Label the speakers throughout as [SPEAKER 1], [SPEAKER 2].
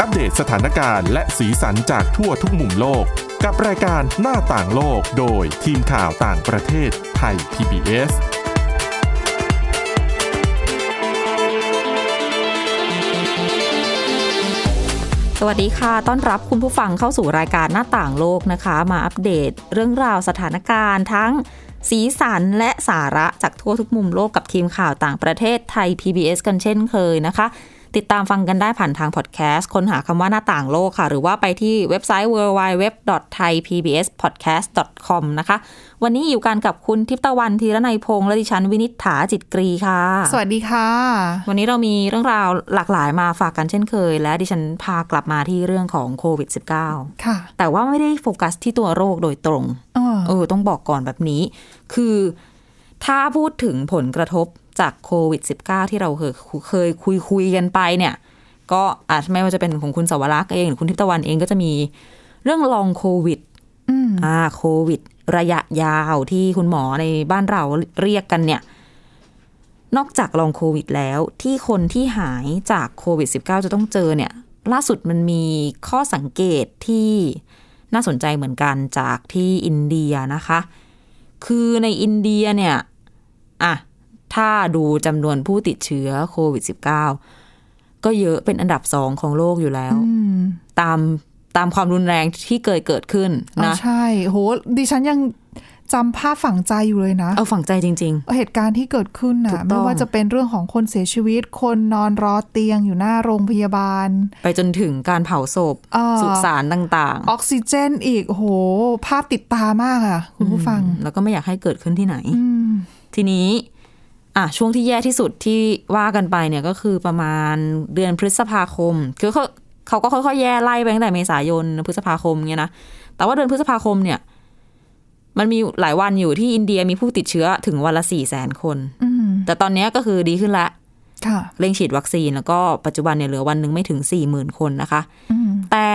[SPEAKER 1] อัปเดตสถานการณ์และสีสันจากทั่วทุกมุมโลก กับรายการหน้าต่างโลกโดยทีมข่าวต่างประเทศไทย PBS
[SPEAKER 2] สวัสดีค่ะ ต้อนรับคุณผู้ฟังเข้าสู่รายการหน้าต่างโลกนะคะ มาอัปเดตเรื่องราวสถานการณ์ทั้งสีสันและสาระจากทั่วทุกมุมโลกกับทีมข่าวต่างประเทศไทย PBS กันเช่นเคยนะคะ ติดตามฟังกันได้ผ่านทางพอดแคสต์ค้นหาคำว่าหน้าต่างโลกค่ะ หรือว่าไปที่เว็บไซต์ www.thaipbspodcast.com นะคะ วันนี้อยู่กันกับคุณทิพย์ตะวันธีรนัยพงษ์และดิฉันวินิษฐาจิตกรีค่ะ
[SPEAKER 3] สวัสดีค่ะ
[SPEAKER 2] วันนี้เรามีเรื่องราวหลากหลายมาฝากกันเช่นเคย และดิฉันพากลับมาที่เรื่องของโควิด -19
[SPEAKER 3] ค่ะ
[SPEAKER 2] แต่ว่าไม่ได้โฟกัสที่ตัวโรคโดยตรง
[SPEAKER 3] อ๋อ
[SPEAKER 2] เออ ต้องบอกก่อนแบบนี้ คือถ้าพูดถึงผลกระทบจากโควิด -19 ที่เราเคยเคยคุยคุยกันไปเนี่ย ก็อาจไม่ว่าจะเป็นของคุณสวรักษ์เองหรือคุณทิพย์ตะวันเองก็จะมีเรื่องลองโควิด
[SPEAKER 3] อืม
[SPEAKER 2] อ่าโควิด ระยะยาวที่คุณหมอในบ้านเราเรียกกันเนี่ย นอกจากลองโควิดแล้ว ที่คนที่หายจากโควิด -19 จะต้องเจอเนี่ย ล่าสุดมันมีข้อสังเกตที่น่าสนใจเหมือนกันจากที่อินเดียนะคะ คือในอินเดียเนี่ยอ่ะถ้าดูจำนวนผู้ติดเชื้อโควิด -19 ก็เยอะเป็นอันดับสองของโลกอยู่แล้ว
[SPEAKER 3] อืม
[SPEAKER 2] ตามตามความรุนแรงที่เคยเกิดขึ้น
[SPEAKER 3] อ๋อ
[SPEAKER 2] นะ
[SPEAKER 3] ใช่โหดิฉันยังจำภาพฝังใจอยู่เลยนะ
[SPEAKER 2] เอาฝังใจจริง
[SPEAKER 3] เหตุการณ์ที่เกิดขึ้น
[SPEAKER 2] ถู
[SPEAKER 3] นะ
[SPEAKER 2] กต้อง
[SPEAKER 3] ไม่ว่าจะเป็นเรื่องของคนเสียชีวิต คนนอนรอเตียงอยู่หน้าโรงพยาบาล
[SPEAKER 2] ๆ ไปจนถึงการเผาศพ
[SPEAKER 3] อ่า
[SPEAKER 2] สุสานต่าง
[SPEAKER 3] ออกซิเจนอีกโห ภาพติดตามากอ่ะ คุณผู้ฟัง
[SPEAKER 2] ๆ แล้วก็ไม่อยากให้เกิดขึ้นที่ไหน
[SPEAKER 3] อืม
[SPEAKER 2] ทีนี้อ่ะช่วงที่แย่ที่สุดที่ว่ากันไปเนี่ยก็คือประมาณเดือนพฤษภาคม คือเขาเขาก็ค่อยๆแย่ไล่ไปตั้งแต่เมษายนพฤษภาคมเนี่ยนะ แต่ว่าเดือนพฤษภาคมเนี่ย มันมีหลายวันอยู่ที่อินเดียมีผู้ติดเชื้อถึงวันละสี่แสนคน
[SPEAKER 3] อืม
[SPEAKER 2] แต่ตอนเนี้ยก็คือดีขึ้นละ
[SPEAKER 3] ค่ะ
[SPEAKER 2] เร่งฉีดวัคซีนแล้วก็ปัจจุบันเนี่ยเหลือวันหนึ่งไม่ถึง4ี่หมื่นคนนะคะ
[SPEAKER 3] อืม
[SPEAKER 2] แต่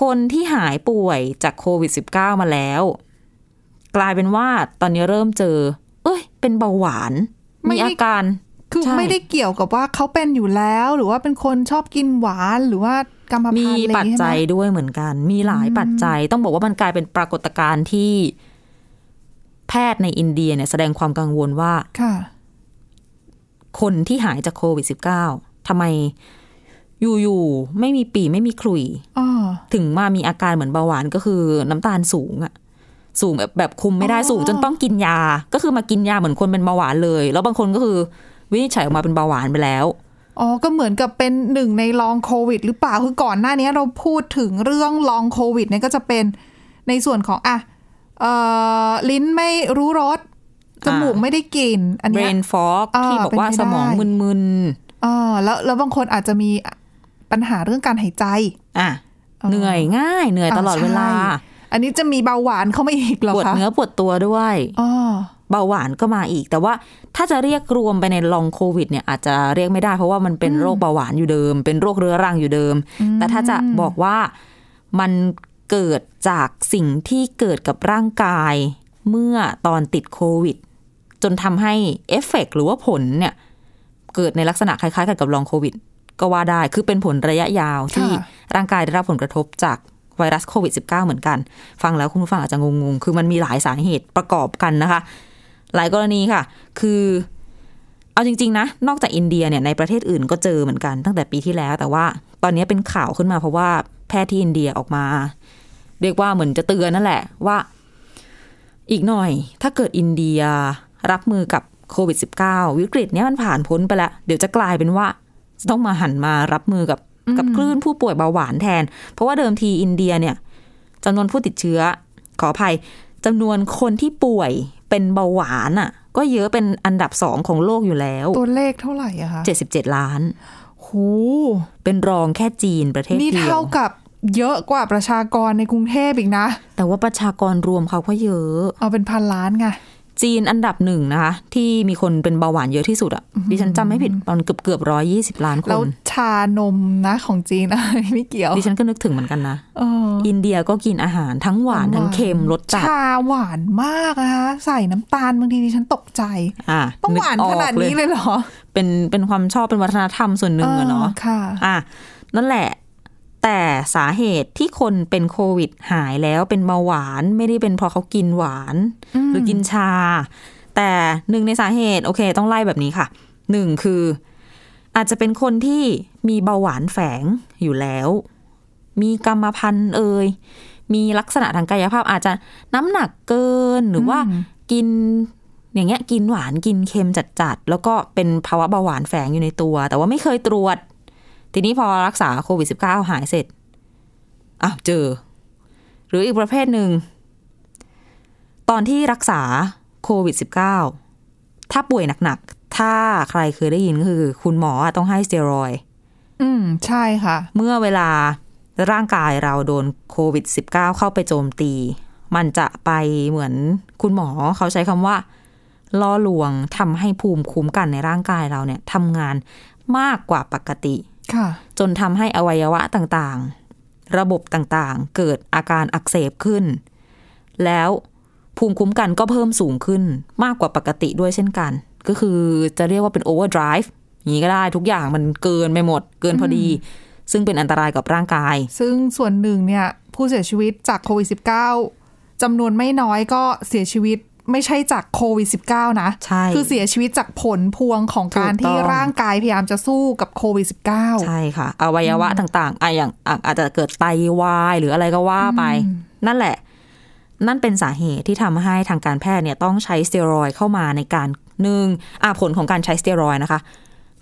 [SPEAKER 2] คนที่หายป่วยจากโควิด -19 มาแล้ว กลายเป็นว่าตอนนี้เริ่มเจอ เอ้ย เป็นเบาหวาน มีอาการ
[SPEAKER 3] คือ
[SPEAKER 2] ใช่
[SPEAKER 3] ไม่ได้เกี่ยวกับว่าเขาเป็นอยู่แล้ว หรือว่าเป็นคนชอบกินหวานหรือว่ากรรม
[SPEAKER 2] มี
[SPEAKER 3] พันธุ์อะไร
[SPEAKER 2] ปัจ
[SPEAKER 3] อย่างงี้
[SPEAKER 2] จั
[SPEAKER 3] ใช่
[SPEAKER 2] ย
[SPEAKER 3] ไหม
[SPEAKER 2] ด้วยเหมือนกัน มีหลายปัจจัย ต้องบอกว่ามันกลายเป็นปรากฏการณ์ที่ แพทย์ในอินเดียเนี่ยแสดงความกังวลว่า
[SPEAKER 3] ค่ะ
[SPEAKER 2] คนที่หายจากโควิด -19 ทำไมอยู่ๆไม่มีปีไม่มีขลุ่ย
[SPEAKER 3] อ๋อ
[SPEAKER 2] ถึงมามีอาการเหมือนเบาหวานก็คือน้ำตาลสูงอะสูงแบบแบบคุมไม่ได้
[SPEAKER 3] อ๋อ
[SPEAKER 2] สูงจนต้องกินยา ก็คือมากินยาเหมือนคนเป็นเบาหวานเลย แล้วบางคนก็คือวินิจฉัยออกมาเป็นเบาหวานไปแล้ว
[SPEAKER 3] อ๋อ ก็เหมือนกับเป็นหนึ่งในลองโควิด หรือเปล่า คือก่อนหน้านี้เราพูดถึงเรื่องลองโควิดเนี่ยก็จะเป็นในส่วนของอ่ะเอ่อลิ้นไม่รู้รส จมูกไม่ได้กลิ่น อันเนี้ย
[SPEAKER 2] brain fog
[SPEAKER 3] อ่า
[SPEAKER 2] ที่บอกว่า
[SPEAKER 3] เป็นไปได้
[SPEAKER 2] สมองมึน
[SPEAKER 3] เออแล้วแล้วบางคนอาจจะมีปัญหาเรื่องการหายใจ
[SPEAKER 2] ๆอ่ะ
[SPEAKER 3] อ๋อ
[SPEAKER 2] เหนื่อยง่าย เหนื่อย
[SPEAKER 3] อ่า
[SPEAKER 2] ตลอดเวลา
[SPEAKER 3] ใช่ อันนี้จะมีเบาหวานเข้ามาอีกเหรอ
[SPEAKER 2] ปวด
[SPEAKER 3] คะ
[SPEAKER 2] เนื้อปวดตัวด้วย
[SPEAKER 3] อ๋อ
[SPEAKER 2] เบาหวานก็มาอีก แต่ว่าถ้าจะเรียกรวมไปในลองโควิดเนี่ยอาจจะเรียกไม่ได้เพราะว่ามันเป็นโรคเบาหวานอยู่เดิม เป็นโรคเรื้อรังอยู่เดิม แต่ถ้าจะบอกว่ามันเกิดจากสิ่งที่เกิดกับร่างกายเมื่อตอนติดโควิด จนทำให้เอฟเฟกต์หรือว่าผลเนี่ยเกิดในลักษณะคล้ายๆ กันกับลองโควิด ก็ว่าได้คือเป็นผลระยะยาวที่ร่างกายได้รับผลกระทบจากไวรัสโควิด -19 เหมือนกัน ฟังแล้วคุณผู้ฟังอาจจะงงๆ คือมันมีหลายสาเหตุประกอบกันนะคะ หลายกรณีค่ะ คือ เอาจริง ๆ นะ นอกจากอินเดียเนี่ยในประเทศอื่นก็เจอเหมือนกันตั้งแต่ปีที่แล้ว แต่ว่าตอนนี้เป็นข่าวขึ้นมาเพราะว่าแพทย์ที่อินเดียออกมา เรียกว่าเหมือนจะเตือนนั่นแหละว่า อีกหน่อย ถ้าเกิดอินเดียรับมือกับโควิด -19 วิกฤตเนี้ยมันผ่านพ้นไปแล้ว เดี๋ยวจะกลายเป็นว่า ต้องมาหันมารับมือกับกับคลื่นผู้ป่วยเบาหวานแทน เพราะว่าเดิมทีอินเดียเนี่ยจำนวนผู้ติดเชื้อ ขออภัยจำนวนคนที่ป่วยเป็นเบาหวานอ่ะ ก็เยอะเป็นอันดับสองของโลกอยู่แล้ว
[SPEAKER 3] ตัวเลขเท่าไหร่อะคะ
[SPEAKER 2] 77 ล้าน
[SPEAKER 3] โห
[SPEAKER 2] เป็นรองแค่จีนประเทศ
[SPEAKER 3] นี่
[SPEAKER 2] เดีย
[SPEAKER 3] เท่าว กับเยอะกว่าประชากรในกรุงเทพอีกนะ
[SPEAKER 2] แต่ว่าประชากรรวมเขาก็เยอะ
[SPEAKER 3] เอาเป็นพันล้านไง
[SPEAKER 2] จีนอันดับหนึ่งนะคะ ที่มีคนเป็นเบาหวานเยอะที่สุดอ่ะดิฉันจำไม่ผิดตอนเกือบเกือบร้อยี่สิบล้านค
[SPEAKER 3] แล้ว
[SPEAKER 2] น
[SPEAKER 3] ชานมนะของจีน อะไรไม่เกี่ยว
[SPEAKER 2] ดิฉันก็นึกถึงเหมือนกันนะ
[SPEAKER 3] เออ
[SPEAKER 2] อินเดียก็กินอาหารทั้งหวานทั้งเค็มรสจัด
[SPEAKER 3] ชาหวานมากนะคะใส่น้ำตาลบางทีดิฉันตกใจ
[SPEAKER 2] อ่ะ
[SPEAKER 3] ต้องหวาน
[SPEAKER 2] กออ
[SPEAKER 3] ข
[SPEAKER 2] ก
[SPEAKER 3] นาดนี้เลยเหรอ
[SPEAKER 2] เป็นเป็นความชอบเป็นวัฒนธรรมส่วนหนึ่งอะเนาะ
[SPEAKER 3] ค่ะ
[SPEAKER 2] อ่ะนั่นแหละ แต่สาเหตุที่คนเป็นโควิดหายแล้วเป็นเบาหวานไม่ได้เป็นเพราะเขากินหวาน หรือกินชา แต่หนึ่งในสาเหตุโอเค ต้องไล่แบบนี้ค่ะหนึ่งคือ อาจจะเป็นคนที่มีเบาหวานแฝงอยู่แล้ว มีกรรมพันธุ์เอ่ยมีลักษณะทางกายภาพอาจจะน้ำหนักเกินหรือว่า กินอย่างเงี้ยกินหวานกินเค็มจัดๆ แล้วก็เป็นภาวะเบาหวานแฝงอยู่ในตัว แต่ว่าไม่เคยตรวจ ทีนี้พอรักษาโควิด -19 หายเสร็จอ้าวเจอ หรืออีกประเภทหนึ่ง ตอนที่รักษาโควิด -19 ถ้าป่วยหนักๆ ถ้าใครเคยได้ยินก็คือ คุณหมออะต้องให้สเตียรอยด์
[SPEAKER 3] อืมใช่ค่ะ
[SPEAKER 2] เมื่อเวลาร่างกายเราโดนโควิด -19 เข้าไปโจมตี มันจะไปเหมือนคุณหมอเขาใช้คำว่า ล่อลวงทำให้ภูมิคุ้มกันในร่างกายเราเนี่ยทำงานมากกว่าปกติ
[SPEAKER 3] ค่ะ
[SPEAKER 2] จนทำให้อวัยวะต่างๆ ระบบต่างๆ เกิดอาการอักเสบขึ้น แล้วภูมิคุ้มกันก็เพิ่มสูงขึ้นมากกว่าปกติด้วยเช่นกัน ก็คือจะเรียกว่าเป็นโอเวอร์ไดรฟ์อย่างนี้ก็ได้ทุกอย่างมันเกินไปหมด เกินพอดี ซึ่งเป็นอันตรายกับร่างกาย
[SPEAKER 3] ซึ่งส่วนหนึ่งเนี่ย ผู้เสียชีวิตจากโควิด -19 จำนวนไม่น้อยก็เสียชีวิตไม่ใช่จากโควิด -19 นะ
[SPEAKER 2] ใช่
[SPEAKER 3] คือเสียชีวิตจากผลพวงของการ
[SPEAKER 2] ถูกต้อง
[SPEAKER 3] ที่ร่างกายพยายามจะสู้กับโควิด
[SPEAKER 2] ใช่ค่ะ อวัยวะต่างๆอ่ะอย่างอ่ะอาจจะเกิดไตวายหรืออะไรก็ว่าไป นั่นแหละ นั่นเป็นสาเหตุที่ทำให้ทางการแพทย์เนี่ยต้องใช้สเตียรอยด์เข้ามาในการหนึ่งอ่ะผลของการใช้สเตียรอยด์นะคะ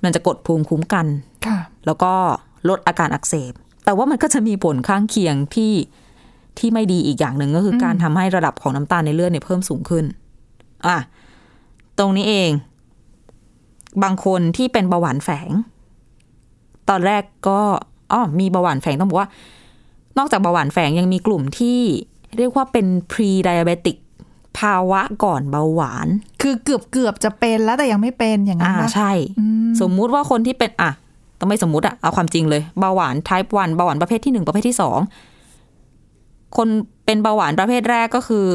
[SPEAKER 2] มันจะกดภูมิคุ้มกัน
[SPEAKER 3] -19 ค่ะ
[SPEAKER 2] แล้วก็ลดอาการอักเสบ แต่ว่ามันก็จะมีผลข้างเคียงที่ที่ไม่ดีอีกอย่างหนึ่งก็คืออการทำให้ระดับของน้ำตาลในเลือดเนี่ยเพิ่มสูงขึ้น อ่ะ ตรงนี้เอง บางคนที่เป็นเบาหวานแฝง ตอนแรกก็อ๋อมีเบาหวานแฝงต้องบอกว่า นอกจากเบาหวานแฝงยังมีกลุ่มที่เรียกว่าเป็น pre diabetic ภาวะก่อนเบาหวาน
[SPEAKER 3] คือเกือบเกือบๆจะเป็นแล้วแต่ยังไม่เป็นอย่างนั้
[SPEAKER 2] อ่าน
[SPEAKER 3] นะ
[SPEAKER 2] ใช่ สมมุติว่าคนที่เป็นอ่ะต้องไม่สมมุติอะเอาความจริงเลยเบาหวาน type 1เบาหวานประเภทที่หนึ่งประเภทที่สองคนเป็นเบาหวานประเภทแรกก็คือ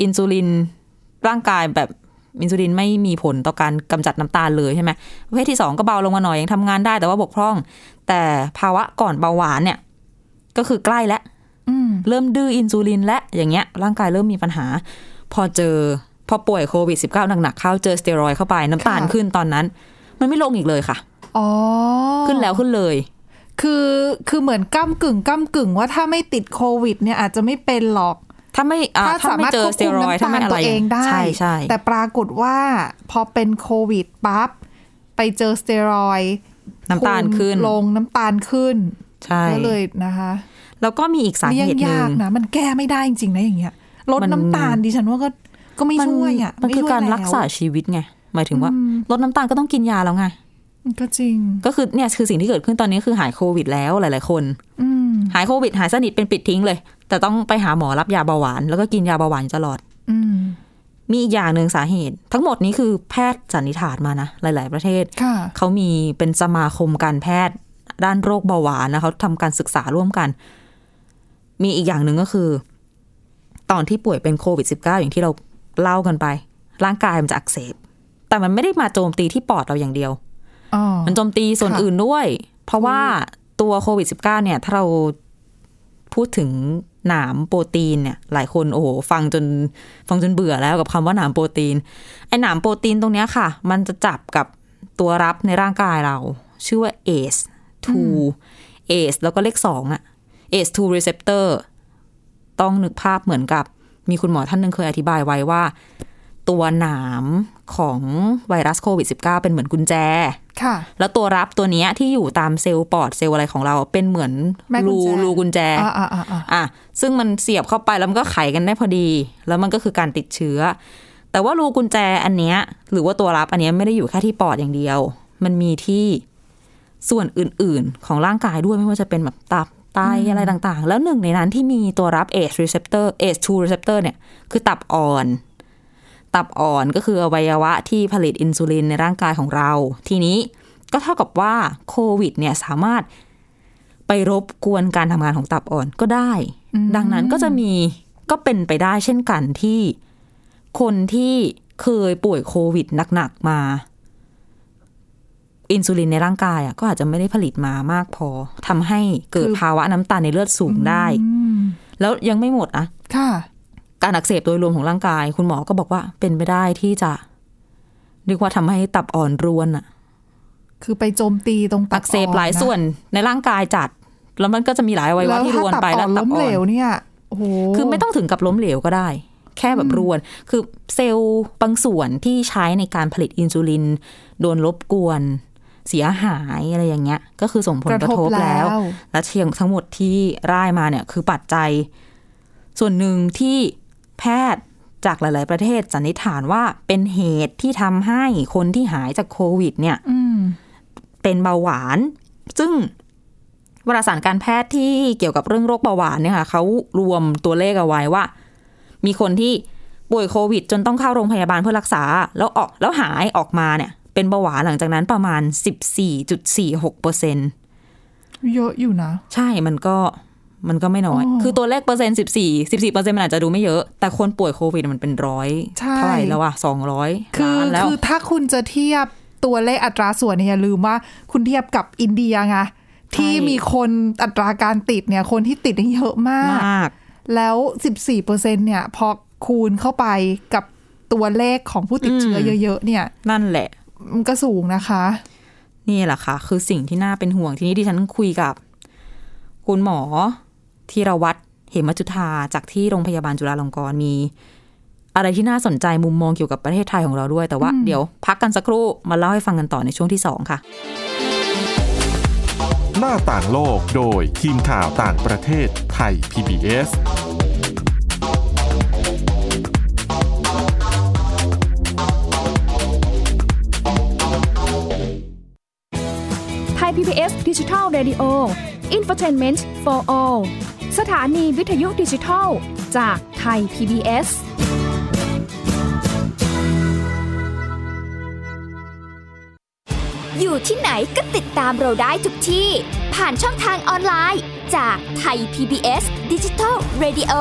[SPEAKER 2] อินซูลินร่างกายแบบอินซูลินไม่มีผลต่อการกำจัดน้ำตาลเลยใช่ไหมประเภทที่สองก็เบาลงมาหน่อยยังทำงานได้แต่ว่าบกพร่อง แต่ภาวะก่อนเบาหวานเนี่ยก็คือใกล้แล้ว
[SPEAKER 3] อืม
[SPEAKER 2] เริ่มดื้ออินซูลินและอย่างเงี้ย ร่างกายเริ่มมีปัญหา พอเจอพอป่วยโควิด -19 หนักๆเข้าเจอสเตียรอยด์เข้าไปน้ำตาลขึ้นตอนนั้น มันไม่ลงอีกเลยค่ะ
[SPEAKER 3] อ๋อ
[SPEAKER 2] ขึ้นแล้วขึ้นเลย
[SPEAKER 3] คือคือเหมือนก้ำกึ่งก้ำกึ่งว่าถ้าไม่ติดโควิด เนี่ยอาจจะไม่เป็นหรอก
[SPEAKER 2] ถ้าไม่อ่
[SPEAKER 3] ถ้า
[SPEAKER 2] ถ้า
[SPEAKER 3] สา
[SPEAKER 2] ไม่
[SPEAKER 3] มารถ
[SPEAKER 2] เจอ
[SPEAKER 3] ควบ
[SPEAKER 2] สเตี
[SPEAKER 3] คุ
[SPEAKER 2] ย
[SPEAKER 3] ม
[SPEAKER 2] รอยด์
[SPEAKER 3] น้ำ
[SPEAKER 2] ถ้า
[SPEAKER 3] ตา
[SPEAKER 2] ไม่
[SPEAKER 3] ล
[SPEAKER 2] อะไร
[SPEAKER 3] ตัวเองได้
[SPEAKER 2] ใช่ใช่
[SPEAKER 3] แต่ปรากฏว่าพอเป็นโควิดปั๊บไปเจอสเตียรอยด์
[SPEAKER 2] น้ำตาลขึ้น
[SPEAKER 3] ภูมิลงน้ำตาลขึ้น
[SPEAKER 2] ใช่
[SPEAKER 3] ก็เลยนะคะ
[SPEAKER 2] แล้วก็มีอีกสาเห
[SPEAKER 3] เลี่ยง
[SPEAKER 2] ตุหนึ่
[SPEAKER 3] ยาง กนะ มันแก้ไม่ได้จริงๆนะอย่างเงี้ยลด
[SPEAKER 2] มัน
[SPEAKER 3] น้ำตาลดิฉันว่าก็ก็ไม่ช่วยอ่ะ
[SPEAKER 2] มันคือ
[SPEAKER 3] ไช่วย
[SPEAKER 2] การรักษา
[SPEAKER 3] แล้ว
[SPEAKER 2] ชีวิตไงหมายถึงว่าลดน้ำตาลก็ต้องกินยาแล้วไง
[SPEAKER 3] ก็จริง
[SPEAKER 2] ก็คือเนี่ยคือสิ่งที่เกิดขึ้นตอนนี้คือหายโควิดแล้วหลายๆคน
[SPEAKER 3] อืม
[SPEAKER 2] หายโควิดหายสนิทเป็นปิดทิ้งเลย แต่ต้องไปหาหมอรับยาเบาหวาน แล้วก็กินยาเบาหวานอยู่ตลอด
[SPEAKER 3] อืม
[SPEAKER 2] มีอีกอย่างหนึ่งสาเหตุ ทั้งหมดนี้คือแพทย์สันนิษฐานมานะหลาย ๆ ประเทศ
[SPEAKER 3] ค่ะ
[SPEAKER 2] เขามีเป็นสมาคมการแพทย์ด้านโรคเบาหวานนะเขาทำการศึกษาร่วมกัน มีอีกอย่างหนึ่งก็คือ ตอนที่ป่วยเป็นโควิด -19 อย่างที่เราเล่ากันไป ร่างกายมันจะอักเสบ แต่มันไม่ได้มาโจมตีที่ปอดเราอย่างเดียว
[SPEAKER 3] อ๋อ
[SPEAKER 2] มันโจมตีส่วน
[SPEAKER 3] ค่ะ
[SPEAKER 2] อื่นด้วย เพราะว่าตัวโควิด -19 เนี่ย ถ้าเราพูดถึงหนามโปรตีนเนี่ย หลายคนโอ้โหฟังจนฟังจนเบื่อแล้วกับคำว่าหนามโปรตีน ไอหนามโปรตีนตรงเนี้ยค่ะ มันจะจับกับตัวรับในร่างกายเรา ชื่อว่า ACE2 ACE แล้วก็เลขสองอะ ACE2 receptor ต้องนึกภาพเหมือนกับ มีคุณหมอท่านหนึ่งเคยอธิบายไว้ว่า ตัวหนามของไวรัสโควิด -19 เป็นเหมือนกุญแจ
[SPEAKER 3] ค่ะ
[SPEAKER 2] แล้วตัวรับตัวเนี้ยที่อยู่ตามเซลล์ปอดเซลล์อะไรของเราเป็นเหมือน
[SPEAKER 3] แม่กุ
[SPEAKER 2] รู
[SPEAKER 3] ญแจ
[SPEAKER 2] รูกุญแจ
[SPEAKER 3] อ่าอ่าอ่าอ่า
[SPEAKER 2] อ่ะซึ่งมันเสียบเข้าไปแล้วมันก็ไขกันได้พอดี แล้วมันก็คือการติดเชื้อ แต่ว่ารูกุญแจอันเนี้ยหรือว่าตัวรับอันเนี้ยไม่ได้อยู่แค่ที่ปอดอย่างเดียว มันมีที่ส่วนอื่นๆ ของร่างกายด้วยไม่ว่าจะเป็นแบบตับไตอะไรต่างๆ แล้วหนึ่งในนั้นที่มีตัวรับ ACE receptor ACE 2 receptor เนี่ยคือตับอ่อน ตับอ่อนก็คืออวัยวะที่ผลิตอินซูลินในร่างกายของเรา ทีนี้ก็เท่ากับว่าโควิดเนี่ยสามารถ ไปรบกวนการทำงานของตับอ่อนก็ได้ ดังนั้นก็จะมีก็เป็นไปได้เช่นกันที่คนที่เคยป่วยโควิดหนักๆมา อินซูลินในร่างกายอ่ะก็อาจจะไม่ได้ผลิตมามากพอทำให้เกิดภาวะน้ำตาลในเลือดสูงได้
[SPEAKER 3] อืม
[SPEAKER 2] แล้วยังไม่หมดนะ
[SPEAKER 3] ค่ะ
[SPEAKER 2] การอักเสบโดยรวมของร่างกาย คุณหมอก็บอกว่าเป็นไปได้ที่จะเรียกว่าทำให้ตับอ่อนรวนอ่ะ
[SPEAKER 3] คือไปโจมตีตรงตั
[SPEAKER 2] อั
[SPEAKER 3] บ
[SPEAKER 2] กเสบหลาย
[SPEAKER 3] อ่อะ
[SPEAKER 2] ส่วนในร่างกายจัด แล้วมันก็จะมีหลายอวัยวะ
[SPEAKER 3] แล้ว
[SPEAKER 2] ที่ร
[SPEAKER 3] ถ้า
[SPEAKER 2] วน
[SPEAKER 3] ตับ
[SPEAKER 2] ไป
[SPEAKER 3] อ่
[SPEAKER 2] แล้
[SPEAKER 3] อ
[SPEAKER 2] วน ตั
[SPEAKER 3] ล้
[SPEAKER 2] บ
[SPEAKER 3] ม
[SPEAKER 2] อ่
[SPEAKER 3] เห
[SPEAKER 2] อ
[SPEAKER 3] ลวน เนี่ยโอ้โห
[SPEAKER 2] คือไม่ต้องถึงกับล้มเหลวก็ได้ แค่แบบรวน คือเซลล์บางส่วนที่ใช้ในการผลิตอินซูลิน โดนรบกวน เสียหายอะไรอย่างเงี้ย ก็คือส่งผลกระทบแล้ว และเชียงทั้งหมดที่ร่ายมาเนี่ยคือปัจจัย ส่วนหนึ่งที่แพทย์จากหลาย ๆ ประเทศสันนิษฐานว่าเป็นเหตุที่ทำให้คนที่หายจากโควิดเนี่ย
[SPEAKER 3] อืม
[SPEAKER 2] เป็นเบาหวาน ซึ่งวารสารการแพทย์ที่เกี่ยวกับเรื่องโรคเบาหวานเนี่ยค่ะเขารวมตัวเลขเอาไว้ว่า มีคนที่ป่วยโควิด จนต้องเข้าโรงพยาบาลเพื่อรักษา แล้วออกแล้วหายออกมาเนี่ย เป็นเบาหวานหลังจากนั้นประมาณ 14.46เปอร์เซ็นต์
[SPEAKER 3] เยอะอยู่นะ
[SPEAKER 2] ใช่มันก็มันก็ไม่น้อย
[SPEAKER 3] อ๋อ
[SPEAKER 2] คือตัวเลขเปอร์เซ็นต์14 14เปอร์เซ็นต์มันอาจจะดูไม่เยอะ แต่คนป่วยโควิดมันเป็นร้อย
[SPEAKER 3] ใช่
[SPEAKER 2] เท่าไหร่แล้วอะสองร้อย
[SPEAKER 3] คื
[SPEAKER 2] ล้า
[SPEAKER 3] อน
[SPEAKER 2] แล้ว
[SPEAKER 3] คือถ้าคุณจะเทียบตัวเลขอัตราส่วนเนี่ยอย่าลืมว่าคุณเทียบกับอินเดียไงที่มีคนอัตราการติดเนี่ย คนที่ติดเนี่ยเยอะมาก
[SPEAKER 2] มาก
[SPEAKER 3] แล้ว 14เปอร์เซ็นเนี่ยพอคูณเข้าไปกับตัวเลขของผู้ติดเชื้อเยอะ ๆ เนี่ย
[SPEAKER 2] นั่นแหละ
[SPEAKER 3] มันก็สูงนะคะ
[SPEAKER 2] นี่แหละค่ะ คือสิ่งที่น่าเป็นห่วงที่นี่ที่ฉันคุยกับ คุณหมอธีรวัตรเหมจุธาจากที่โรงพยาบาลจุฬาลงกรณ์มี อะไรที่น่าสนใจมุมมองเกี่ยวกับประเทศไทยของเราด้วย แต่ว่าเดี๋ยวพักกันสักครู่มาเล่าให้ฟังกันต่อในช่วงที่สองค่ะ
[SPEAKER 1] หน้าต่างโลกโดยทีมข่าวต่างประเทศไทย PBS
[SPEAKER 4] ไทย PBS Digital Radio Infotainment for All สถานีวิทยุดิจิทัลจากไทย PBS
[SPEAKER 5] อยู่ที่ไหนก็ติดตามเราได้ทุกที่ ผ่านช่องทางออนไลน์ จากไทย PBS Digital Radio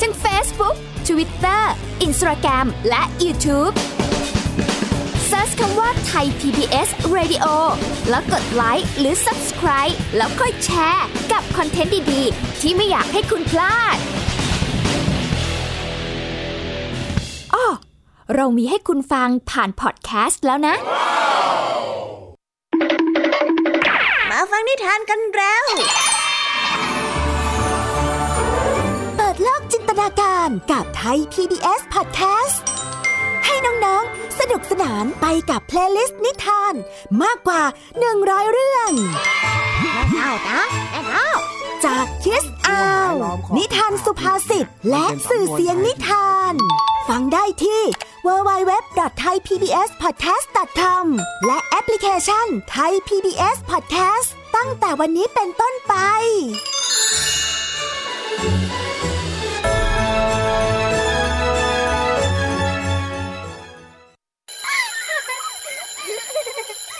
[SPEAKER 5] ทั้ง Facebook Twitter Instagram และ YouTube Search คำว่าไทย PBS Radio แล้วกดไลค์หรือ Subscribe แล้วค่อยแชร์ กับคอนเทนต์ดี ๆ ที่ไม่อยากให้คุณพลาดอ้อเรามีให้คุณฟังผ่านพอดแคสต์แล้วนะ
[SPEAKER 6] มาฟังนิทานกันแล้ว เปิดโลกจินตนาการกับไทย PBS Podcast ให้น้องๆ สนุกสนานไปกับเพลย์ลิสต์นิทาน มากกว่า 100 เรื่องเอานะเอาจากคิสอาว นิทานสุภาษิตและสื่อเสียงนิทาน ฟังได้ที่ www.thaipbspodcast.com และแอปพลิเคชัน Thai PBS Podcast ตั้งแต่วันนี้เป็นต้นไป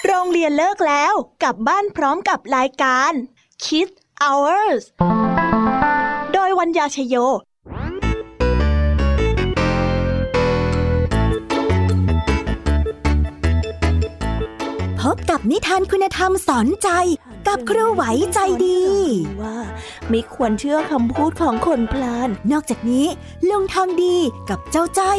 [SPEAKER 7] โรงเรียนเลิกแล้วกลับบ้านพร้อมกับรายการ Kids Hours โดยวัญญาชยโย
[SPEAKER 6] พบกับนิทานคุณธรรมสอนใจ กับครูไหวใจดี
[SPEAKER 7] ว่าไม่ควรเชื่อคำพูดของคนพลาน
[SPEAKER 6] นอกจากนี้ ลุงทองดีกับเจ้าจ้อย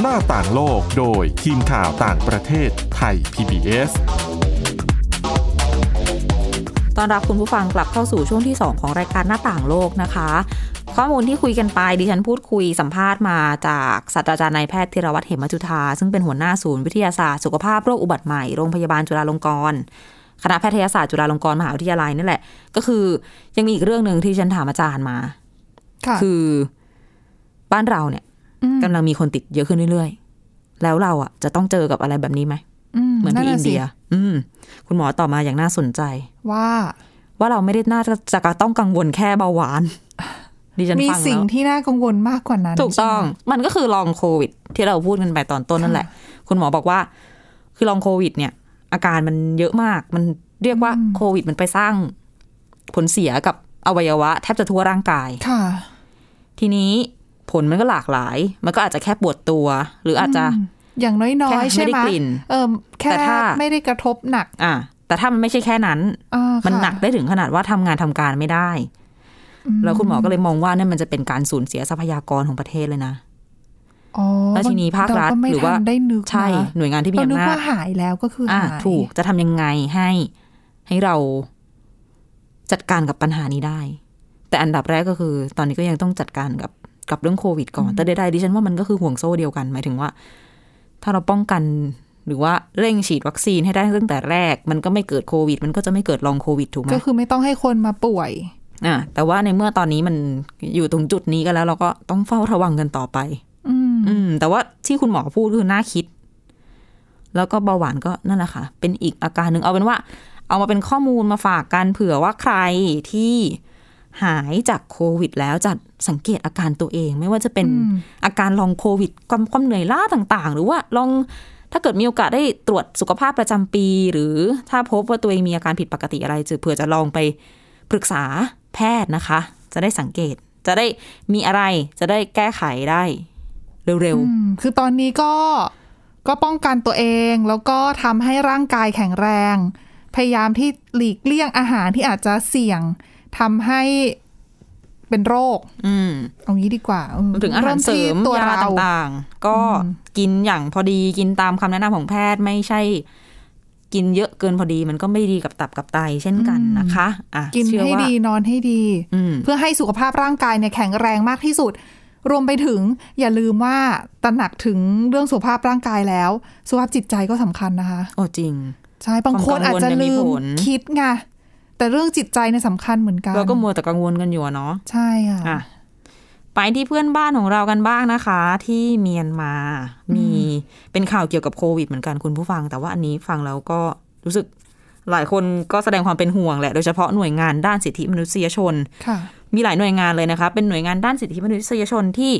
[SPEAKER 1] หน้าต่างโลกโดยทีมข่าวต่างประเทศไทย PBS
[SPEAKER 2] ตอนรับคุณผู้ฟังกลับเข้าสู่ช่วงที่ 2 ของรายการหน้าต่างโลกนะคะ ข้อมูลที่คุยกันไปดิฉันพูดคุยสัมภาษณ์มาจากศาสตราจารย์นายแพทย์ธีรวัตรเหมจุธาซึ่งเป็นหัวหน้าศูนย์วิทยาศาสตร์สุขภาพโรคอุบัติใหม่โรงพยาบาลจุฬาลงกรณ์คณะแพทยศาสตร์จุฬาลงกรณ์มหาวิทยาลัยนี่แหละ ก็คือยังมีอีกเรื่องหนึ่งที่ฉันถามอาจารย์มา
[SPEAKER 3] ค่ะ
[SPEAKER 2] คือบ้านเราเนี่ยกำลังมีคนติดเยอะขึ้นเรื่อยๆ แล้วเราอ่ะจะต้องเจอกับอะไรแบบนี้ไหม
[SPEAKER 3] อืม
[SPEAKER 2] เหมือนที่อิ
[SPEAKER 3] นั่
[SPEAKER 2] น
[SPEAKER 3] นน่ะสิ
[SPEAKER 2] เดีย อืม คุณหมอตอบมาอย่างน่าสนใจ
[SPEAKER 3] ว่า
[SPEAKER 2] ว่าเราไม่ได้น่าจะจะต้องกังวลแค่เบาหวาน ดิฉัน
[SPEAKER 3] มี
[SPEAKER 2] ฟัง
[SPEAKER 3] สิ่
[SPEAKER 2] แล้
[SPEAKER 3] ง
[SPEAKER 2] ว
[SPEAKER 3] ที่น่ากังวลมากกว่านั้น
[SPEAKER 2] ถูกต้อง มันก็คือลองโควิด ที่เราพูดกันไปตอนต้นนั่นแหละ คุณหมอบอกว่า คือลองโควิด เนี่ย อาการมันเยอะมาก มันเรียกว่าโควิด มันไปสร้างผลเสียกับอวัยวะแทบจะทั่วร่างกาย
[SPEAKER 3] ใช่ไหมค่ะ
[SPEAKER 2] ทีนี้ผลมันก็หลากหลาย มันก็อาจจะแค่ปวดตัว หรืออาจจะ
[SPEAKER 3] อย่างน้อยๆ
[SPEAKER 2] แค่
[SPEAKER 3] ใช่
[SPEAKER 2] ไม่
[SPEAKER 3] ไหม
[SPEAKER 2] ได้กลิ่น
[SPEAKER 3] เออแค่
[SPEAKER 2] แต่ถ้า
[SPEAKER 3] ไม่ได้กระทบหนัก
[SPEAKER 2] อ่ะแต่ถ้ามันไม่ใช่แค่นั้น
[SPEAKER 3] อ่า
[SPEAKER 2] มันหนัก
[SPEAKER 3] ค่ะ
[SPEAKER 2] ได้ถึงขนาดว่าทำงานทำการไม่ได้
[SPEAKER 3] อืม
[SPEAKER 2] แล้วคุณหมอก็เลยมองว่าเนี่ยมันจะเป็นการสูญเสียทรัพยากรของประเทศเลยนะ
[SPEAKER 3] อ๋อ
[SPEAKER 2] แล้วทีนี้ภาครัฐ
[SPEAKER 3] เก็ไม่
[SPEAKER 2] หรือว่า
[SPEAKER 3] ทันได้นึก
[SPEAKER 2] ใช่
[SPEAKER 3] นะ
[SPEAKER 2] หน่วยงานที่มี
[SPEAKER 3] เรานึ
[SPEAKER 2] อำ
[SPEAKER 3] ก
[SPEAKER 2] นาจ
[SPEAKER 3] ว่าหายแล้วก็คืออ
[SPEAKER 2] อ่า
[SPEAKER 3] หาย
[SPEAKER 2] ถูกจะทำยังไงให้ให้เราจัดการกับปัญหานี้ได้ แต่อันดับแรกก็คือ ตอนนี้ก็ยังต้องจัดการกับกับเรื่องโควิดก่อน แต่ใดๆดิฉันว่ามันก็คือห่วงโซ่เดียวกัน หมายถึงว่า ถ้าเราป้องกันหรือว่าเร่งฉีดวัคซีนให้ได้ตั้งแต่แรก มันก็ไม่เกิดโควิด มันก็จะไม่เกิดลองโควิดถูกไหม
[SPEAKER 3] ก็คือไม่ต้องให้คนมาป่วย
[SPEAKER 2] อ่าแต่ว่าในเมื่อตอนนี้มันอยู่ตรงจุดนี้กันแล้ว เราก็ต้องเฝ้าระวังกันต่อไป
[SPEAKER 3] อืม
[SPEAKER 2] อืมแต่ว่าที่คุณหมอพูดคือน่าคิด แล้วก็เบาหวานก็นั่นแหละค่ะ เป็นอีกอาการหนึ่งเอาเป็นว่า เอามาเป็นข้อมูลมาฝากกันเผื่อว่าใครที่หายจากโควิด แล้วจะสังเกตอาการตัวเอง ไม่ว่าจะเป็นอาการลองโควิดความความเหนื่อยล้าต่าง ๆ หรือว่าลองถ้าเกิดมีโอกาสได้ตรวจสุขภาพประจำปี หรือถ้าพบว่าตัวเองมีอาการผิดปกติอะไรจะเผื่อจะลองไปปรึกษาแพทย์นะคะ จะได้สังเกต จะได้มีอะไรจะได้แก้ไขได้ เร็ว
[SPEAKER 3] อืมคือตอนนี้ก็ก็ป้องกันตัวเองแล้วก็ทำให้ร่างกายแข็งแรง พยายามที่หลีกเลี่ยงอาหารที่อาจจะเสี่ยงทำให้เป็นโรค
[SPEAKER 2] ๆ อืม
[SPEAKER 3] เอางี้ดีกว่าเออ
[SPEAKER 2] รวมถึงอาหารเสริม
[SPEAKER 3] ที่ตัวเรา
[SPEAKER 2] ยาต่างๆ ก็กินอย่างพอดีกินตามคำแนะนำของแพทย์ไม่ใช่ กินเยอะเกินพอดีมันก็ไม่ดีกับตับกับไตเช่นกันนะคะอ่ะ
[SPEAKER 3] กิน
[SPEAKER 2] เชื่อ
[SPEAKER 3] ให้
[SPEAKER 2] ว่า
[SPEAKER 3] ดีนอนให้ดี
[SPEAKER 2] อืม
[SPEAKER 3] เพื่อให้สุขภาพร่างกายเนี่ยแข็งแรงมากที่สุด รวมไปถึงอย่าลืมว่าตระหนักถึงเรื่องสุขภาพร่างกายแล้ว สุขภาพจิตใจก็สำคัญนะคะ
[SPEAKER 2] โอ้จริง
[SPEAKER 3] ใช่บางคนอาจจะ
[SPEAKER 2] ความกังวลเนี่ยมี
[SPEAKER 3] ลืม
[SPEAKER 2] ผล
[SPEAKER 3] คิดไงแต่เรื่องจิตใจเนี่ยสำคัญเหมือนกัน
[SPEAKER 2] เราก็มัวแต่กังวลกันอยู่อะเนาะ
[SPEAKER 3] ใช่ค่ะ
[SPEAKER 2] อ่ะไปที่เพื่อนบ้านของเรากันบ้างนะคะ ที่เมียนมามีเป็นข่าวเกี่ยวกับโควิดเหมือนกันคุณผู้ฟัง แต่ว่าอันนี้ฟังแล้วก็รู้สึกหลายคนก็แสดงความเป็นห่วงแหละโดยเฉพาะหน่วยงานด้านสิทธิมนุษยชน
[SPEAKER 3] ค่ะ
[SPEAKER 2] มีหลายหน่วยงานเลยนะคะ เป็นหน่วยงานด้านสิทธิมนุษยชนที่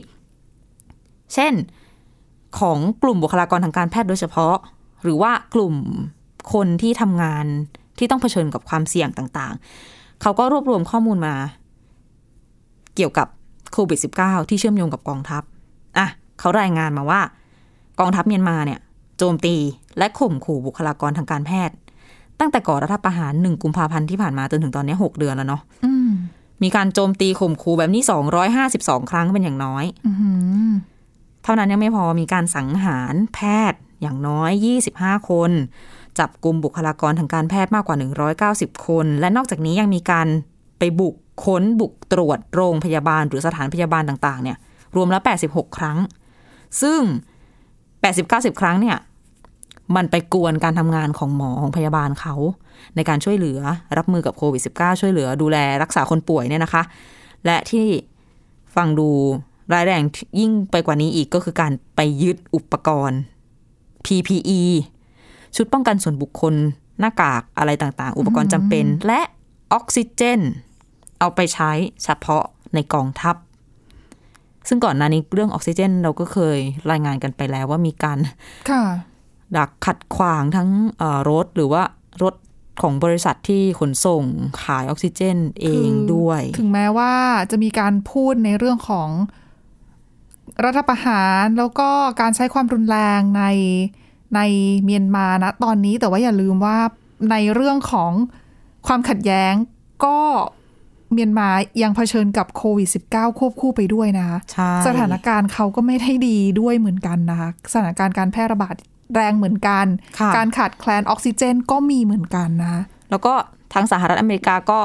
[SPEAKER 2] เช่นของกลุ่มบุคลากรทางการแพทย์โดยเฉพาะ หรือว่ากลุ่มคนที่ทำงานที่ต้องเผชิญกับความเสี่ยงต่างๆ เขาก็รวบรวมข้อมูลมา เกี่ยวกับโควิด -19 ที่เชื่อมโยงกับกองทัพอ่ะเขารายงานมาว่า กองทัพเมียนมาเนี่ย โจมตีและข่มขู่บุคลากรทางการแพทย์ ตั้งแต่ก่อรัฐประหาร1กุมภาพันธ์ที่ผ่านมาจนถึงตอนนี้หกเดือนแล้วเนาะ
[SPEAKER 3] อืม
[SPEAKER 2] มีการโจมตีข่มขู่แบบนี้ 252 ครั้งเป็นอย่างน้อย
[SPEAKER 3] อื้อหือ
[SPEAKER 2] เท่านั้นยังไม่พอมีการสังหารแพทย์อย่างน้อย 25 คน จับกลุ่มบุคลากรทางการแพทย์มากกว่า 190 คน และนอกจากนี้ยังมีการไปบุกค้นบุกตรวจโรงพยาบาลหรือสถานพยาบาลต่างๆเนี่ยรวมแล้ว 86 ครั้ง ซึ่ง 80-90 ครั้งเนี่ยมันไปกวนการทำงานของหมอของพยาบาลเขา ในการช่วยเหลือรับมือกับโควิด -19 ช่วยเหลือดูแลรักษาคนป่วยเนี่ยนะคะ และที่ ฟังดูร้ายแรงยิ่งไปกว่านี้อีกก็คือการไปยึดอุปกรณ์ PPE ชุดป้องกันส่วนบุคคล หน้ากากอะไรต่างๆ อุปกรณ์จำเป็น และออกซิเจน เอาไปใช้เฉพาะในกองทัพ ซึ่งก่อนหน้านี้เรื่องออกซิเจนเราก็เคยรายงานกันไปแล้วว่ามีการ
[SPEAKER 3] ค่ะ
[SPEAKER 2] ดักขัดขวางทั้งเอ่อรถหรือว่ารถของบริษัทที่ขนส่งขายออกซิเจนเอง
[SPEAKER 3] คือ
[SPEAKER 2] ด้วย
[SPEAKER 3] ถึงแม้ว่าจะมีการพูดในเรื่องของรัฐประหารแล้วก็การใช้ความรุนแรงในในเมียนมานะตอนนี้แต่ว่าอย่าลืมว่าในเรื่องของความขัดแย้งก็เมียนมายังเผชิญกับโควิด -19 ควบคู่ไปด้วยนะคะ
[SPEAKER 2] ใช่
[SPEAKER 3] สถานการณ์เขาก็ไม่ได้ดีด้วยเหมือนกันนะคะสถานการณ์การแพร่ระบาดแรงเหมือนกัน
[SPEAKER 2] ค่ะ
[SPEAKER 3] การขาดแคลนออกซิเจนก็มีเหมือนกันนะ
[SPEAKER 2] แล้วก็ทางสหรัฐอเมริกาก็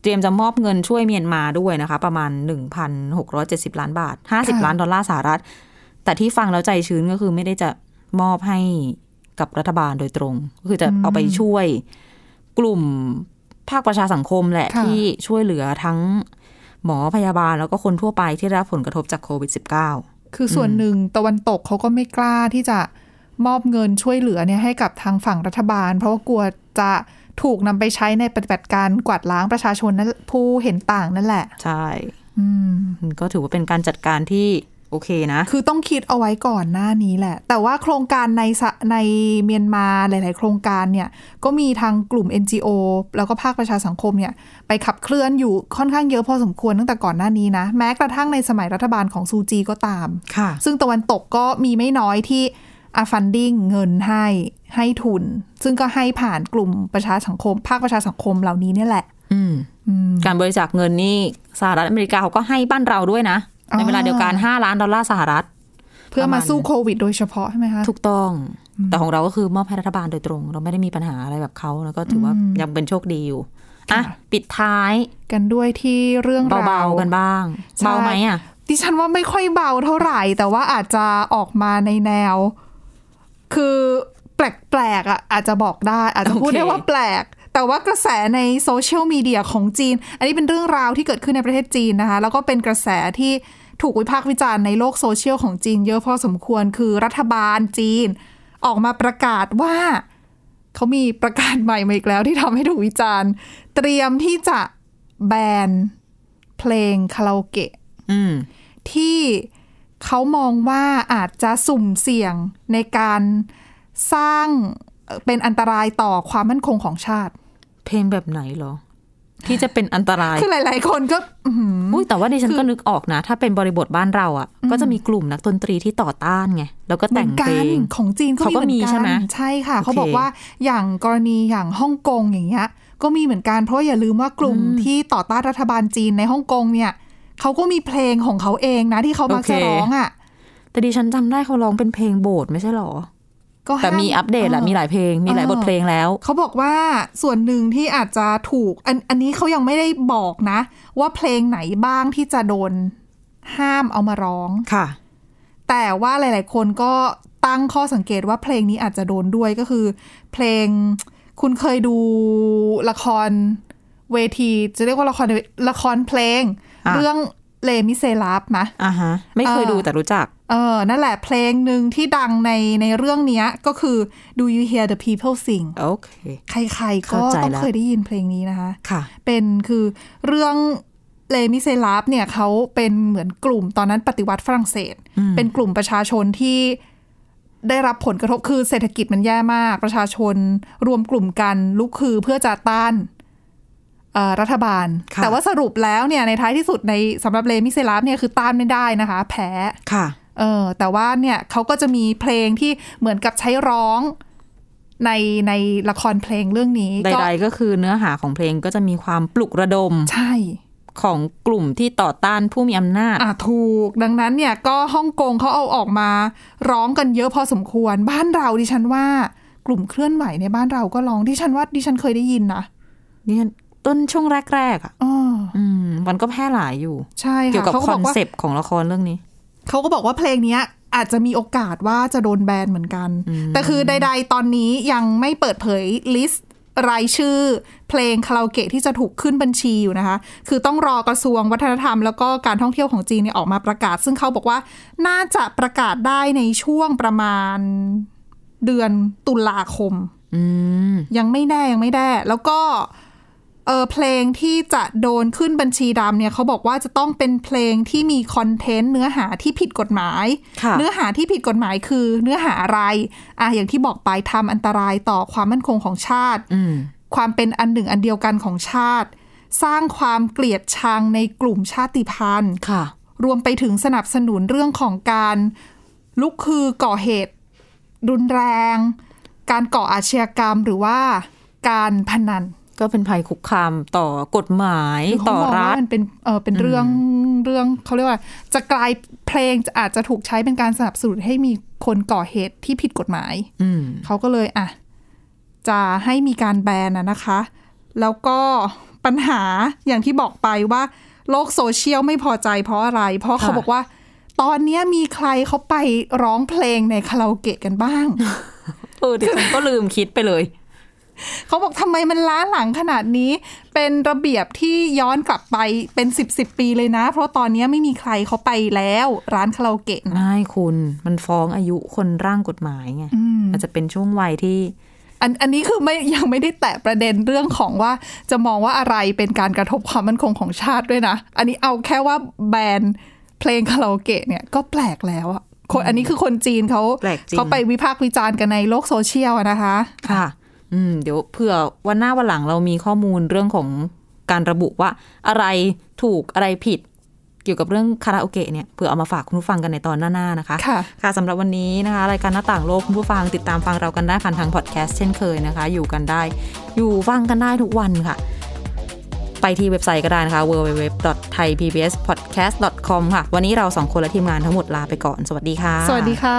[SPEAKER 2] เตรียมจะมอบเงินช่วยเมียนมาด้วยนะคะ ประมาณ 1,670 ล้านบาท 50 ล้านดอลลาร์สหรัฐ แต่ที่ฟังแล้วใจชื้นก็คือไม่ได้จะมอบให้กับรัฐบาลโดยตรง ก็คือจะเอาไปช่วยกลุ่มภาคประชาสังคมแหละ
[SPEAKER 3] ค่ะ
[SPEAKER 2] ที่ช่วยเหลือทั้งหมอพยาบาลแล้วก็คนทั่วไปที่ได้รับผลกระทบจากโควิด -19
[SPEAKER 3] คือส่วนหนึ่งตะวันตกเขาก็ไม่กล้าที่จะ มอบเงินช่วยเหลือเนี่ยให้กับทางฝั่งรัฐบาล เพราะว่ากลัวจะถูกนำไปใช้ในปฏิบัติการกวาดล้างประชาชนนั้นผู้เห็นต่างนั่นแหละ
[SPEAKER 2] ใช่
[SPEAKER 3] อืม
[SPEAKER 2] มันก็ถือว่าเป็นการจัดการที่โอเคนะ
[SPEAKER 3] คือต้องคิดเอาไว้ก่อนหน้านี้แหละ แต่ว่าโครงการในสะในเมียนมาหลาย ๆ โครงการเนี่ย ก็มีทางกลุ่ม NGO แล้วก็ภาคประชาสังคมเนี่ย ไปขับเคลื่อนอยู่ค่อนข้างเยอะพอสมควรตั้งแต่ก่อนหน้านี้นะ แม้กระทั่งในสมัยรัฐบาลของซูจีก็ตาม
[SPEAKER 2] ค่ะ
[SPEAKER 3] ซึ่งตะวันตกก็มีไม่น้อยที่อาฟันดิ้งเงินให้ให้ทุน ซึ่งก็ให้ผ่านกลุ่มประชาสังคม ภาคประชาสังคมเหล่านี้เนี่ยแหละ
[SPEAKER 2] อืม
[SPEAKER 3] อืม
[SPEAKER 2] การบริจาคเงินนี่สหรัฐอเมริกาเขาก็ให้บ้านเราด้วยนะ
[SPEAKER 3] อ๋อ
[SPEAKER 2] ในเวลาเดียวกัน 5 ล้านดอลลาร์สหรัฐ
[SPEAKER 3] เพื่อมาสู้โควิด โดยเฉพาะใช่ไหมคะ
[SPEAKER 2] ถูกต้อง แต่ของเราก็คือมอบให้รัฐบาลโดยตรง เราไม่ได้มีปัญหาอะไรแบบเขาแล้วก็ถือว่ายังเป็นโชคดีอยู่ อ่ะ ปิดท้าย
[SPEAKER 3] กันด้วยที่เรื่องราว
[SPEAKER 2] เบาๆกันบ้าง
[SPEAKER 3] ใช่
[SPEAKER 2] เบาไหมอ่ะ
[SPEAKER 3] ดิฉันว่าไม่ค่อยเบาเท่าไหร่ แต่ว่าอาจจะออกมาในแนว คือแปลกๆอ่ะอาจจะบอกได้ อาจจะพูด
[SPEAKER 2] โอเค
[SPEAKER 3] ได้ว่าแปลก แต่ว่ากระแสในโซเชียลมีเดียของจีน อันนี้เป็นเรื่องราวที่เกิดขึ้นในประเทศจีนนะคะ แล้วก็เป็นกระแสที่ถูกวิพากษ์วิจารณ์ในโลกโซเชียลของจีนเยอะพอสมควรคือรัฐบาลจีน ออกมาประกาศว่า เขามีประกาศใหม่มาอีกแล้วที่ทำให้ถูกวิจารณ์ เตรียมที่จะแบนเพลงคาราโอเกะ
[SPEAKER 2] อืม
[SPEAKER 3] ที่เขามองว่าอาจจะสุ่มเสี่ยงในการสร้างเอ่อเป็นอันตรายต่อความมั่นคงของชาติ
[SPEAKER 2] เพลงแบบไหนเหรอ ที่จะเป็นอันตราย
[SPEAKER 3] คือหลาย ๆ คนก็อื้อหือ
[SPEAKER 2] อุ้ยแต่ว่าดิฉัน
[SPEAKER 3] คือ
[SPEAKER 2] ก็นึกออกนะ ถ้าเป็นบริบทบ้านเราอ่ะ ก็จะมีกลุ่มนักดนตรีที่ต่อต้านไง แล้วก็แต่ง
[SPEAKER 3] หมือน
[SPEAKER 2] เพ
[SPEAKER 3] กั
[SPEAKER 2] ล
[SPEAKER 3] น
[SPEAKER 2] ง
[SPEAKER 3] ของจีนก็
[SPEAKER 2] เขาก็มี
[SPEAKER 3] มีเหมือนกัน
[SPEAKER 2] ใช่ไหม
[SPEAKER 3] ใช่ค่ะ
[SPEAKER 2] โอเค
[SPEAKER 3] เขาบอกว่าอย่างกรณีอย่างฮ่องกงอย่างเงี้ยก็มีเหมือนกันเพราะอย่าลืมว่ากลุ่มที่ต่อต้านรัฐบาลจีนในฮ่องกงเนี่ยเขาก็มีเพลงของเขาเองนะที่เขามักจะ
[SPEAKER 2] โอเค
[SPEAKER 3] ร้องอ่ะ
[SPEAKER 2] แต่ดิฉันจำได้เขาร้องเป็นเพลงโบสถ์ไม่ใช่เหรอ
[SPEAKER 3] ก็ห้า
[SPEAKER 2] แต่มีอัปเดตแหละ
[SPEAKER 3] ออ
[SPEAKER 2] มีหลายเพลง มีหลาย
[SPEAKER 3] เออ
[SPEAKER 2] บทเพลงแล้ว
[SPEAKER 3] เขาบอกว่าส่วนหนึ่งที่อาจจะถูกอันอันนี้เขายังไม่ได้บอกนะ ว่าเพลงไหนบ้างที่จะโดนห้ามเอามาร้อง
[SPEAKER 2] ค่ะ
[SPEAKER 3] แต่ว่าหลาย ๆ คนก็ตั้งข้อสังเกตว่าเพลงนี้อาจจะโดนด้วยก็คือ เพลงคุณเคยดูละครเวที จะเรียกว่าละครละครเพลง
[SPEAKER 2] อ่ะ
[SPEAKER 3] เรื่องเลมิเซลาฟมะ
[SPEAKER 2] อ่าฮะ ไม่เคย
[SPEAKER 3] เออ
[SPEAKER 2] ดูแต่รู้จัก
[SPEAKER 3] เออนั่นแหละเพลงหนึ่งที่ดังในในเรื่องเนี้ยก็คือ Do You Hear the People Sing
[SPEAKER 2] โอเค
[SPEAKER 3] ใคร ๆ ก็
[SPEAKER 2] เข้าใจ
[SPEAKER 3] ต้อง
[SPEAKER 2] ละ
[SPEAKER 3] เคยได้ยินเพลงนี้นะคะ
[SPEAKER 2] ค่ะ
[SPEAKER 3] เป็นคือเรื่องเลมิเซลาฟเนี่ยเขาเป็นเหมือนกลุ่มตอนนั้นปฏิวัติฝรั่งเศส เป็นกลุ่มประชาชนที่ได้รับผลกระทบคือเศรษฐกิจมันแย่มาก ประชาชนรวมกลุ่มกันลุกคือเพื่อจะต้านเอ่อรัฐบาล
[SPEAKER 2] ค่ะ
[SPEAKER 3] แต่ว่าสรุปแล้วเนี่ยในท้ายที่สุดในสำหรับเลมิเซลาฟเนี่ยคือต้านไม่ได้นะคะ แพ้
[SPEAKER 2] ค่ะ
[SPEAKER 3] เออแต่ว่าเนี่ยเขาก็จะมีเพลงที่เหมือนกับใช้ร้องในในละครเพลงเรื่องนี้
[SPEAKER 2] ใด ๆ ก็คือเนื้อหาของเพลงก็จะมีความปลุกระดม
[SPEAKER 3] ใช่
[SPEAKER 2] ของกลุ่มที่ต่อต้านผู้มีอำนาจ
[SPEAKER 3] อ่ะถูกดังนั้นเนี่ยก็ฮ่องกงเขาเอาออกมาร้องกันเยอะพอสมควร บ้านเราดิฉันว่ากลุ่มเคลื่อนไหวในบ้านเราก็ร้องดิฉันว่าดิฉันเคยได้ยินนะ
[SPEAKER 2] เนี่ยต้นช่วงแรก ๆ อ่ะ
[SPEAKER 3] อ๋อ
[SPEAKER 2] อืม มันก็แพร่หลายอยู่
[SPEAKER 3] ใช่ค่ะ
[SPEAKER 2] เกี่ยวกับ
[SPEAKER 3] เขา
[SPEAKER 2] ค
[SPEAKER 3] บ
[SPEAKER 2] อ
[SPEAKER 3] อน กว่า
[SPEAKER 2] เซปต์ของละครเรื่องนี้
[SPEAKER 3] เขาก็บอกว่าเพลงเนี้ยอาจจะมีโอกาสว่าจะโดนแบนเหมือนกัน แต่คือใด ๆ ตอนนี้ยังไม่เปิดเผยลิสต์รายชื่อ เพลงคาราโอเกะที่จะถูกขึ้นบัญชีอยู่นะคะ คือต้องรอกระทรวงวัฒนธรรม แล้วก็การท่องเที่ยวของจีนเนี่ยออกมาประกาศ ซึ่งเขาบอกว่าน่าจะประกาศได้ในช่วงประมาณ เดือนตุลาคม
[SPEAKER 2] อืม
[SPEAKER 3] ยังไม่แน่ยังไม่แน่แล้วก็เออเพลงที่จะโดนขึ้นบัญชีดำเนี่ยเขาบอกว่าจะต้องเป็นเพลงที่มีคอนเทนต์เนื้อหาที่ผิดกฎหมาย
[SPEAKER 2] ค่ะ
[SPEAKER 3] เนื้อหาที่ผิดกฎหมายคือเนื้อหาอะไรอ่ะอย่างที่บอกไปทำอันตรายต่อความมั่นคงของชาติ
[SPEAKER 2] อืม
[SPEAKER 3] ความเป็นอันหนึ่งอันเดียวกันของชาติ สร้างความเกลียดชังในกลุ่มชาติพันธุ์
[SPEAKER 2] ค่ะ
[SPEAKER 3] รวมไปถึงสนับสนุนเรื่องของการลุกคือก่อเหตุ รุนแรง การก่ออาชญากรรมหรือว่าการพนัน
[SPEAKER 2] ก็เป็นภัยคุกคามต่อกฎหมาย
[SPEAKER 3] คืเขา
[SPEAKER 2] ต่อ
[SPEAKER 3] มง
[SPEAKER 2] รั
[SPEAKER 3] ว่า
[SPEAKER 2] ฐ
[SPEAKER 3] มันเป็นเออเป็นเรื่องเรื่องเขาเรียกว่า จะกลายเพลงจะอาจจะถูกใช้เป็นการสนับสนุนให้มีคนก่อเหตุที่ผิดกฎหมาย
[SPEAKER 2] อืม
[SPEAKER 3] เขาก็เลยอ่ะจะให้มีการแบนนะนะคะ แล้วก็ปัญหาอย่างที่บอกไปว่าโลกโซเชียลไม่พอใจเพราะอะไร เพราะ
[SPEAKER 2] ค่ะ
[SPEAKER 3] เขาบอกว่า ตอนเนี้ยมีใครเขาไปร้องเพลงในคาราโอเกะกันบ้าง
[SPEAKER 2] เออดิฉันก็ลืมคิดไปเลย
[SPEAKER 3] เขาบอกทำไมมันล้าหลังขนาดนี้ เป็นระเบียบที่ย้อนกลับไปเป็นสิบสิบปีเลยนะ เพราะตอนนี้ไม่มีใครเขาไปแล้วร้านคาราโอเกะนะ
[SPEAKER 2] ไม่คุณมันฟ้องอายุคนร่างกฎหมายไง
[SPEAKER 3] อืม
[SPEAKER 2] อาจจะเป็นช่วงวัยที่
[SPEAKER 3] อันอันนี้คือไม่ยังไม่ได้แตะประเด็นเรื่องของว่าจะมองว่าอะไรเป็นการกระทบความมั่นคงของชาติด้วยนะ อันนี้เอาแค่ว่าแบรนด์เพลงคาราโอเกะเนี่ยก็แปลกแล้วอะคนอันนี้คือคนจีนเขา
[SPEAKER 2] แปลกจริง
[SPEAKER 3] เขาไปวิพากษ์วิจารณ์กันในโลกโซเชียลอะนะคะ
[SPEAKER 2] ค่ะ อืม เดี๋ยวเผื่อวันหน้าวันหลังเรามีข้อมูลเรื่องของการระบุว่าอะไรถูกอะไรผิด เกี่ยวกับเรื่องคาราโอเกะเนี่ยเผื่อเอามาฝากคุณผู้ฟังกันในตอนหน้าๆนะคะ
[SPEAKER 3] ค่ะ
[SPEAKER 2] ค่ะสำหรับวันนี้นะคะ รายการหน้าต่างโลกคุณผู้ฟังติดตามฟังเรากันได้ผ่านทางพอดแคสต์เช่นเคยนะคะ อยู่กันได้ อยู่ฟังกันได้ทุกวันค่ะ ไปที่เว็บไซต์ก็ได้นะคะ www.thaipbspodcast.com ค่ะ วันนี้เราสองคนและทีมงานทั้งหมดลาไปก่อน สวัสดีค่ะ
[SPEAKER 3] สวัสดีค่ะ